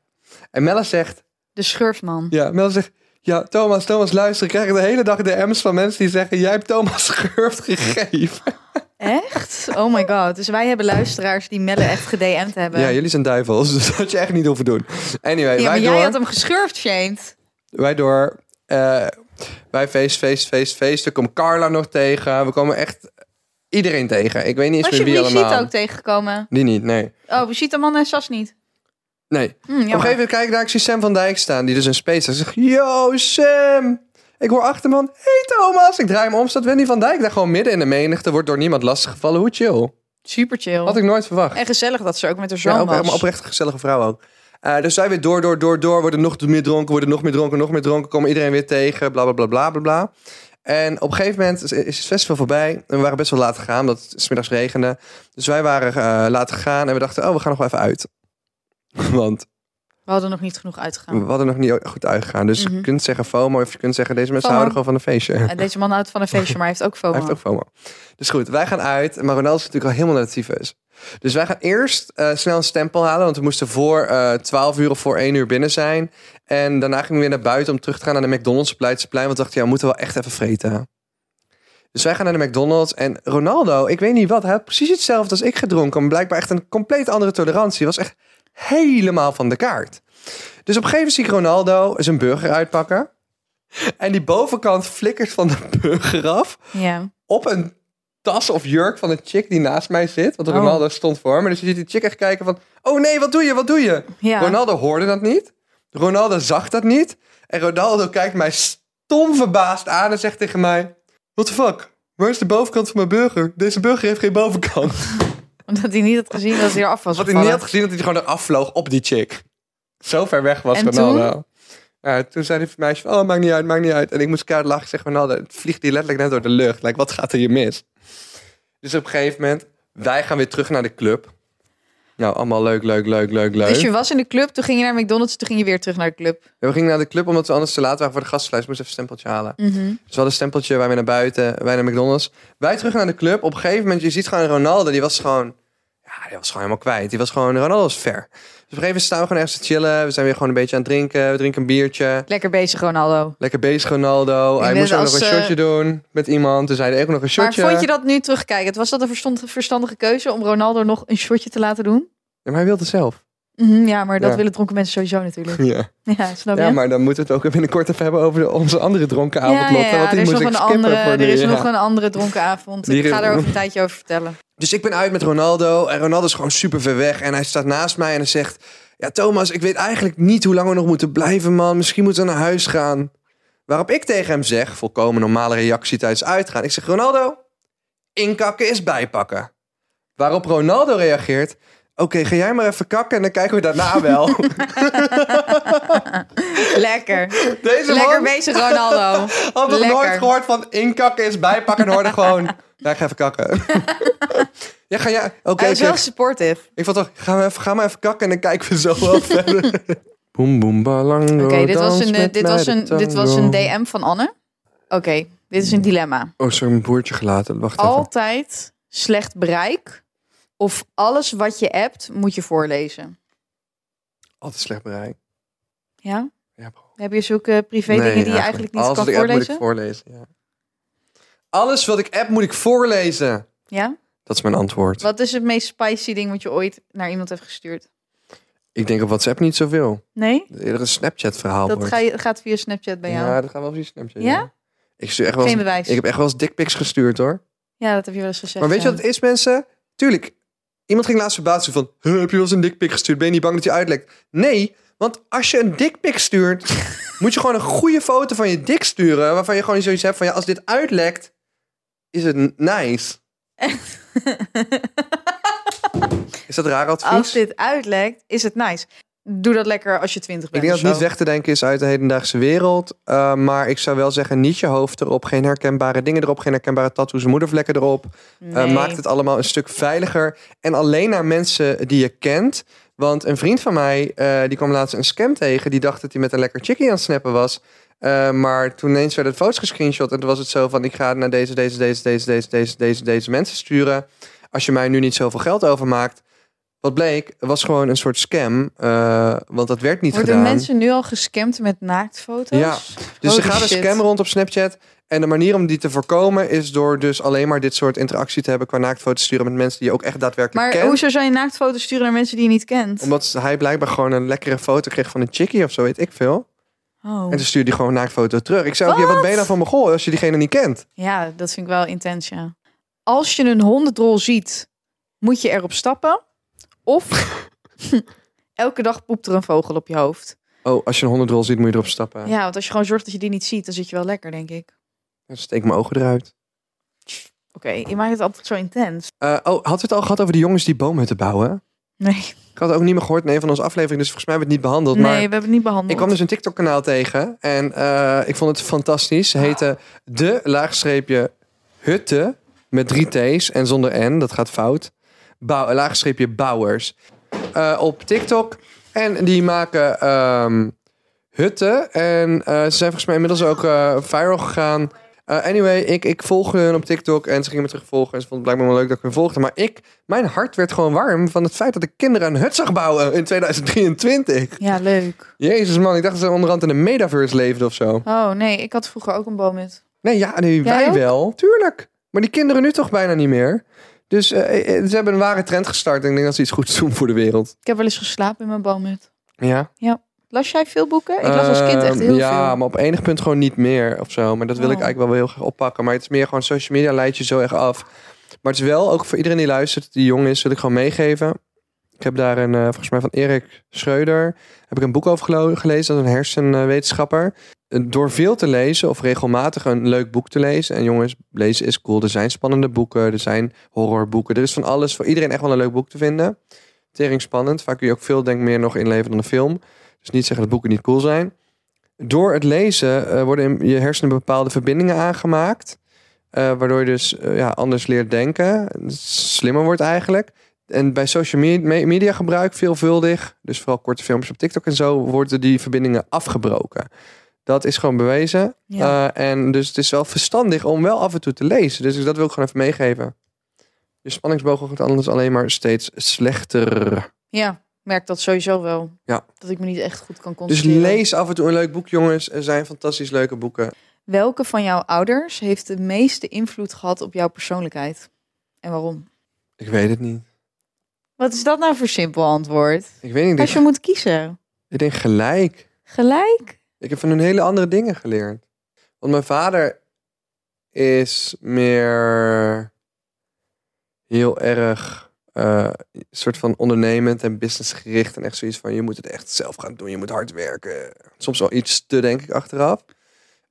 En Melle zegt, De schurfman. ja, Mel zegt... Ja, Thomas, Thomas, luister. Ik krijg de hele dag DM's van mensen die zeggen... jij hebt Thomas Schurft gegeven. Echt? Oh my god. Dus wij hebben luisteraars die Melle echt gedM'd hebben. Ja, jullie zijn duivels, dus dat had je echt niet hoeven doen. Anyway, Ja, wij maar door. jij had hem geschurft, Shant. Wij door. eh, wij feest, feest, feest, feest. We komen Carla nog tegen. We komen echt iedereen tegen. Ik weet niet eens Was meer je wie Brigitte allemaal. ook tegengekomen? Die niet, nee. Oh, Brigitte Man en Sas niet. Nee. Hm, jammer. Op een gegeven moment kijk ik daar, ik zie Sam van Dijk staan, die dus een space zegt. Yo, Sam! Ik hoor achter me, hey Thomas! Ik draai hem om, staat Wendy van Dijk daar gewoon midden in de menigte, wordt door niemand lastiggevallen. Hoe chill. Super chill. Had ik nooit verwacht. En gezellig dat ze ook met haar zoon Ja, ook was. helemaal oprecht een gezellige vrouw ook. Eh, dus zij weer door, door, door, door. Worden nog meer dronken, worden nog meer dronken, nog meer dronken. Komen iedereen weer tegen, bla, bla, bla, bla, bla, bla. En op een gegeven moment is, is het festival voorbij. En we waren best wel laat gegaan, omdat het 's middags regende. Dus wij waren eh, laat gegaan en we dachten, oh, we gaan nog wel even uit. Want We hadden nog niet genoeg uitgegaan. we hadden nog niet goed uitgegaan. Dus je Oh. Mhm. kunt zeggen FOMO of je kunt zeggen, deze mensen FOMO. houden gewoon van een feestje. En Eh, Deze man houdt van een feestje, maar hij heeft ook FOMO. Hij heeft ook FOMO. Dus goed, wij gaan uit. Maar Ronaldo is natuurlijk al helemaal naar het tyfus. Dus wij gaan eerst eh, snel een stempel halen. Want we moesten voor eh 12 uur of voor 1 uur binnen zijn. En daarna gingen we weer naar buiten om terug te gaan naar de McDonald's op Leidseplein. Want we dachten, ja, we moeten wel echt even vreten. Dus wij gaan naar de McDonald's. En Ronaldo, ik weet niet wat, hij had precies hetzelfde als ik gedronken. Maar blijkbaar echt een compleet andere tolerantie. Was echt helemaal van de kaart. Dus op een gegeven moment zie ik Ronaldo zijn burger uitpakken. En die bovenkant flikkert van de burger af Ja. op een tas of jurk van een chick die naast mij zit. Want Oh. Ronaldo stond voor me. Dus je ziet die chick echt kijken van... Oh nee, wat doe je, wat doe je? Ja. Ronaldo hoorde dat niet. Ronaldo zag dat niet. En Ronaldo kijkt mij stom verbaasd aan en zegt tegen mij... What the fuck? Waar is de bovenkant van mijn burger? Deze burger heeft geen bovenkant. Omdat hij niet had gezien dat hij eraf was Had hij gevallen. niet had gezien dat hij gewoon eraf vloog op die chick. Zo ver weg was En Ronaldo. Ja, toen zei die meisje, van, oh, maakt niet uit, maakt niet uit. En ik moest keihard lachen. Ik zeg, Ronaldo, het vliegt die letterlijk net door de lucht. Like, wat gaat er hier mis? Dus op een gegeven moment, wij gaan weer terug naar de club. Nou, allemaal leuk, leuk, leuk, leuk, leuk. Dus je was in de club, toen ging je naar McDonald's, toen ging je weer terug naar de club. Ja, We gingen naar de club omdat we anders te laat waren voor de gastenlijst. Moest even een stempeltje halen. Mhm. Dus we hadden een stempeltje, wij weer naar buiten, wij naar McDonald's. Wij terug naar de club. Op een gegeven moment, je ziet gewoon Ronaldo, die was gewoon... Ja, die was gewoon helemaal kwijt. Die was gewoon... Ronaldo was ver. Dus een gegeven moment staan we gewoon ergens te chillen. We zijn weer gewoon een beetje aan het drinken. We drinken een biertje. Lekker bezig, Ronaldo. Lekker bezig, Ronaldo. Hij net moest ook als, nog een eh, shotje doen met iemand. Dus hij deed ook nog een shotje. Maar vond je dat nu terugkijkend? Was dat een verstand- verstandige keuze om Ronaldo nog een shotje te laten doen? Ja, maar hij wilde zelf. Mhm, ja, maar dat Ja. willen dronken mensen sowieso natuurlijk. Ja. Ja, snap je? ja, maar dan moeten we het ook binnenkort even hebben over de- onze andere dronken Ja, avondlotten. ja, ja, want er die is, moest nog ik een, skippen andere, voor er nu, is ja. nog een andere dronken avond. Ik Die- ga daar over een tijdje over vertellen. Dus ik ben uit met Ronaldo. En Ronaldo is gewoon super ver weg. En hij staat naast mij en hij zegt... Ja, Thomas, ik weet eigenlijk niet hoe lang we nog moeten blijven, man. Misschien moeten we naar huis gaan. Waarop ik tegen hem zeg, volkomen normale reactie tijdens uitgaan. Ik zeg, Ronaldo, inkakken is bijpakken. Waarop Ronaldo reageert... Oké, ga jij maar even kakken en dan kijken we daarna wel. Lekker. Deze man Lekker bezig, Ronaldo. had nog Lekker. nooit gehoord van inkakken is bijpakken. En hoorde gewoon, ja, ik ga even kakken. ja, ga jij... Oké, Hij is wel zeg. supportive. Ik vond toch, ga maar even, ga maar even kakken en dan kijken we zo wel verder. Boem boem balango. Oké, dit was een, eh, dit was een, dit was een DM van Anne. Oké, dit is een dilemma. Oh, sorry, mijn boertje gelaten. Wacht Oh. even. Altijd slecht bereik of alles wat je appt moet je voorlezen. Altijd slecht bereik. Ja? Ja, bro. Heb je zulke privé dingen die je eigenlijk niet Alles kan wat ik app moet ik voorlezen? voorlezen, ja. Alles wat ik app moet ik voorlezen. Ja? Dat is mijn antwoord. Wat is het meest spicy ding wat je ooit naar iemand hebt gestuurd? Ik denk op WhatsApp niet zoveel. Nee? Eerder een Snapchat verhaal Dat wordt. ga je, gaat via Snapchat bij jou. Ja, dat gaan we wel zien Snapchat. Ja? Ik stuur echt wel Geen eens- bewijs. Ik heb echt wel eens dickpics gestuurd hoor. Ja, dat heb je wel eens gezegd. Maar weet je ja. wat het is, mensen? Tuurlijk. Iemand ging laatst verbaasd zijn van... "Huh, Heb je wel eens een dikpik gestuurd? Ben je niet bang dat je uitlekt? Nee, want als je een dikpik stuurt... moet je gewoon een goede foto van je dik sturen... waarvan je gewoon zoiets hebt van... ja, als dit uitlekt, is het n- nice. Is dat raar advies? Als dit uitlekt, is het nice. Doe dat lekker als je twintig Ik bent. denk dat of het niet zo. weg te denken is uit de hedendaagse wereld. eh, maar ik zou wel zeggen, niet je hoofd erop. Geen herkenbare dingen erop. Geen herkenbare tattoos, moedervlekken erop. Eh, Nee. maakt het allemaal een stuk veiliger. En alleen naar mensen die je kent. Want een vriend van mij, eh, die kwam laatst een scam tegen. Die dacht dat hij met een lekker chickie aan het snappen was. Eh, maar toen ineens werden de foto's gescreenshot. En toen was het zo van, ik ga naar deze, deze, deze, deze, deze, deze, deze, deze mensen sturen. Als je mij nu niet zoveel geld overmaakt. Wat bleek, was gewoon een soort scam. eh, want dat werd niet Worden gedaan. mensen nu al gescamd met naaktfoto's? Ja, Dus er Holy gaat een shit. scam rond op Snapchat. En de manier om die te voorkomen is door dus alleen maar dit soort interactie te hebben qua naaktfoto's sturen met mensen die je ook echt daadwerkelijk Maar kent. hoezo zou je naaktfoto's sturen naar mensen die je niet kent? Omdat hij blijkbaar gewoon een lekkere foto kreeg van een chickie of zo, weet ik veel. Oh. En toen stuurde hij gewoon een naaktfoto terug. Ik zei ook, ja, wat ben je nou van goal als je diegene niet kent? Ja, dat vind ik wel intens, ja. Als je een hondendrol ziet, moet je erop stappen. Of elke dag poept er een vogel op je hoofd. Oh, als je een hondendrol ziet, moet je erop stappen. Ja, want als je gewoon zorgt dat je die niet ziet, dan zit je wel lekker, denk ik. Dan steek ik mijn ogen eruit. Oké, je maakt het altijd zo intens. Eh, oh, hadden we het al gehad over de jongens die boomhutten bouwen? Nee, Ik had het ook niet meer gehoord in een van onze afleveringen, dus volgens mij hebben we het niet behandeld. nee we maar hebben het niet behandeld. Ik kwam dus een TikTok-kanaal tegen en eh, ik vond het fantastisch. Ze heette De Laagstreepje Hutten met drie T's en zonder N, dat gaat fout. Bouw, laagstreepje Bouwers eh, op TikTok. En die maken ehm, hutten en eh, ze zijn volgens mij inmiddels ook eh, viral gegaan. Eh, anyway, ik, ik volgde hun op TikTok en ze gingen me terugvolgen. En ze vonden het blijkbaar wel leuk dat ik hun volgde. Maar ik, mijn hart werd gewoon warm van het feit dat ik kinderen een hut zag bouwen in 2023. Ja, leuk. Jezus man, ik dacht dat ze onderhand in de metaverse leefden of zo. Oh nee, ik had vroeger ook een boom met. Nee, ja, nee, Jij wij ook? wel. Tuurlijk. Maar die kinderen nu toch bijna niet meer. Dus eh, eh, ze hebben een ware trend gestart. En ik denk dat ze iets goeds doen voor de wereld. Ik heb wel eens geslapen in mijn boomhut. Ja. Las jij veel boeken? Ik las als kind echt heel Ehm, ja, veel. maar op enig punt gewoon niet meer of zo. Maar dat wil Oh. ik eigenlijk wel heel graag oppakken. Maar het is meer gewoon social media leidt je zo echt af. Maar het is wel, ook voor iedereen die luistert, die jong is, wil ik gewoon meegeven. Ik heb daar een, eh, volgens mij van Erik Schreuder, heb ik een boek over gelo- gelezen. Dat is een hersenwetenschapper. Eh, Door veel te lezen of regelmatig een leuk boek te lezen. En jongens, lezen is cool. Er zijn spannende boeken, er zijn horrorboeken. Er is van alles voor iedereen echt wel een leuk boek te vinden. Tering spannend. Vaak kun je ook veel denk ik, meer nog inleveren dan een film. Dus niet zeggen dat boeken niet cool zijn. Door het lezen eh, worden in je hersenen bepaalde verbindingen aangemaakt. eh, waardoor je dus eh, ja, anders leert denken. Slimmer wordt eigenlijk. En bij social me- me- media gebruik veelvuldig, dus vooral korte filmpjes op TikTok en zo, worden die verbindingen afgebroken. Dat is gewoon bewezen. Ja. Eh, en dus het is wel verstandig om wel af en toe te lezen. Dus dat wil ik gewoon even meegeven. Je spanningsboog wordt anders alleen maar steeds slechter. ja, merk dat sowieso wel. Ja. Dat ik me niet echt goed kan Dus concentreren. lees af en toe een leuk boek, jongens. Er zijn fantastisch leuke boeken. Welke van jouw ouders heeft de meeste invloed gehad op jouw persoonlijkheid? En waarom? Ik weet het niet. Wat is dat nou voor simpel antwoord? Ik weet niet. Ik Als je denk, moet kiezen. ik denk gelijk. Gelijk? Ik heb van hun hele andere dingen geleerd. Want mijn vader is meer heel erg eh, soort van ondernemend en businessgericht. En echt zoiets van, je moet het echt zelf gaan doen. Je moet hard werken. Soms wel iets te, denk ik, achteraf.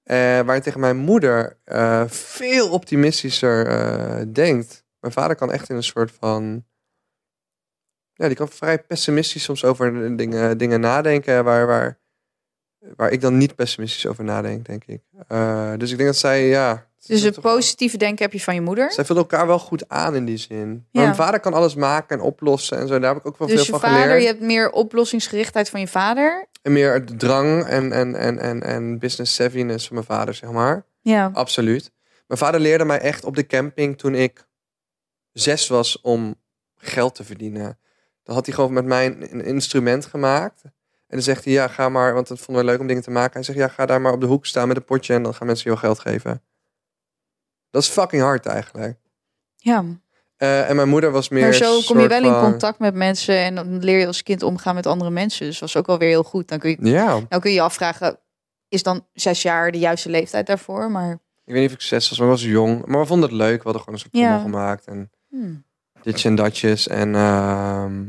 Eh, waar tegen mijn moeder eh, veel optimistischer eh, denkt. Mijn vader kan echt in een soort van... Ja, die kan vrij pessimistisch soms over dingen, dingen nadenken. Waar, waar, waar ik dan niet pessimistisch over nadenk, denk ik. Eh, dus ik denk dat zij, ja... Dus ze het toch wel- positieve denken heb je van je moeder. zij vullen elkaar wel goed aan in die zin. Ja. Mijn vader kan alles maken en oplossen en zo. Daar heb ik ook wel Dus veel je van vader, geleerd. je hebt meer oplossingsgerichtheid van je vader. En meer de drang en, en, en, en, en business savviness van mijn vader, zeg maar. Ja. Absoluut. Mijn vader leerde mij echt op de camping toen ik zes was om geld te verdienen. Dan had hij gewoon met mij een, een instrument gemaakt. En dan zegt hij, ja, ga maar, want dat vonden we leuk om dingen te maken. Hij zegt, ja, ga daar maar op de hoek staan met een potje en dan gaan mensen jou geld geven. Dat is fucking hard eigenlijk. ja. Eh, en mijn moeder was meer. Maar zo een kom je soort wel in van- contact met mensen en dan leer je als kind omgaan met andere mensen. Dus dat is ook wel weer heel goed. Dan kun je Ja, nou kun je je afvragen, is dan zes jaar de juiste leeftijd daarvoor? Maar ik weet niet of ik zes was, maar ik was jong. Maar we vonden het leuk. We hadden gewoon een soort Ja. ja. gemaakt. En hm, ditjes en datjes. En, ehm,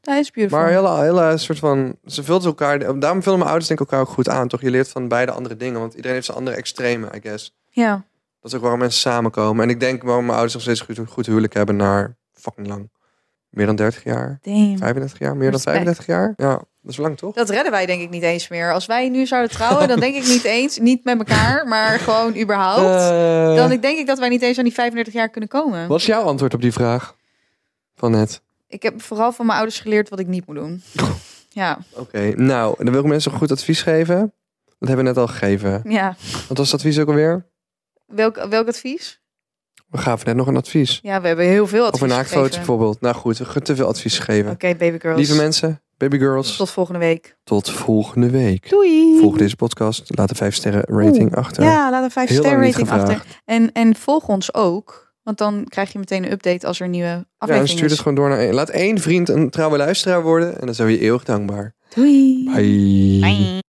dat is beautiful. maar hele, hele soort van... Ze vulden elkaar... Daarom vullen mijn ouders denk ik elkaar ook goed aan. Toch, je leert van beide andere dingen. Want iedereen heeft zijn andere extreme, I guess. Ja, Dat is ook waarom mensen samenkomen. En ik denk waarom mijn ouders nog steeds goed, goed huwelijk hebben naar fucking lang. Meer dan 30 jaar. damn. 35 jaar. Meer dan Hm. Respect. 35 jaar. Ja, dat is lang toch? Dat redden wij denk ik niet eens meer. Als wij nu zouden trouwen, dan denk ik niet eens, niet met elkaar, maar gewoon überhaupt. Eh, Dan ik- denk ik dat wij niet eens aan die 35 jaar kunnen komen. Wat is jouw antwoord op die vraag? Van net. Ik heb vooral van mijn ouders geleerd wat ik niet moet doen. Ja, Oké, nou, dan wil ik mensen een goed advies geven. Dat hebben we net al gegeven. ja. Wat was het advies ook alweer? Welk, welk advies? We gaven net nog een advies. Ja, we hebben heel veel advies Over naaktfoto's gegeven. Oké, bijvoorbeeld. Nou goed, we hebben te veel advies gegeven. baby girls. Lieve mensen, babygirls, tot, Tot volgende week. volgende week. Doei. Volg deze podcast. Laat een 5 sterren rating achter. Ja, laat een 5 Heel ster lang niet rating achter. gevraagd. En, en volg ons ook. Want dan krijg je meteen een update als er nieuwe Ja, en afleveringen stuur het is. gewoon door naar één. Laat één vriend een trouwe luisteraar worden. En dan zijn we je eeuwig dankbaar. Doei. Bye. Bye.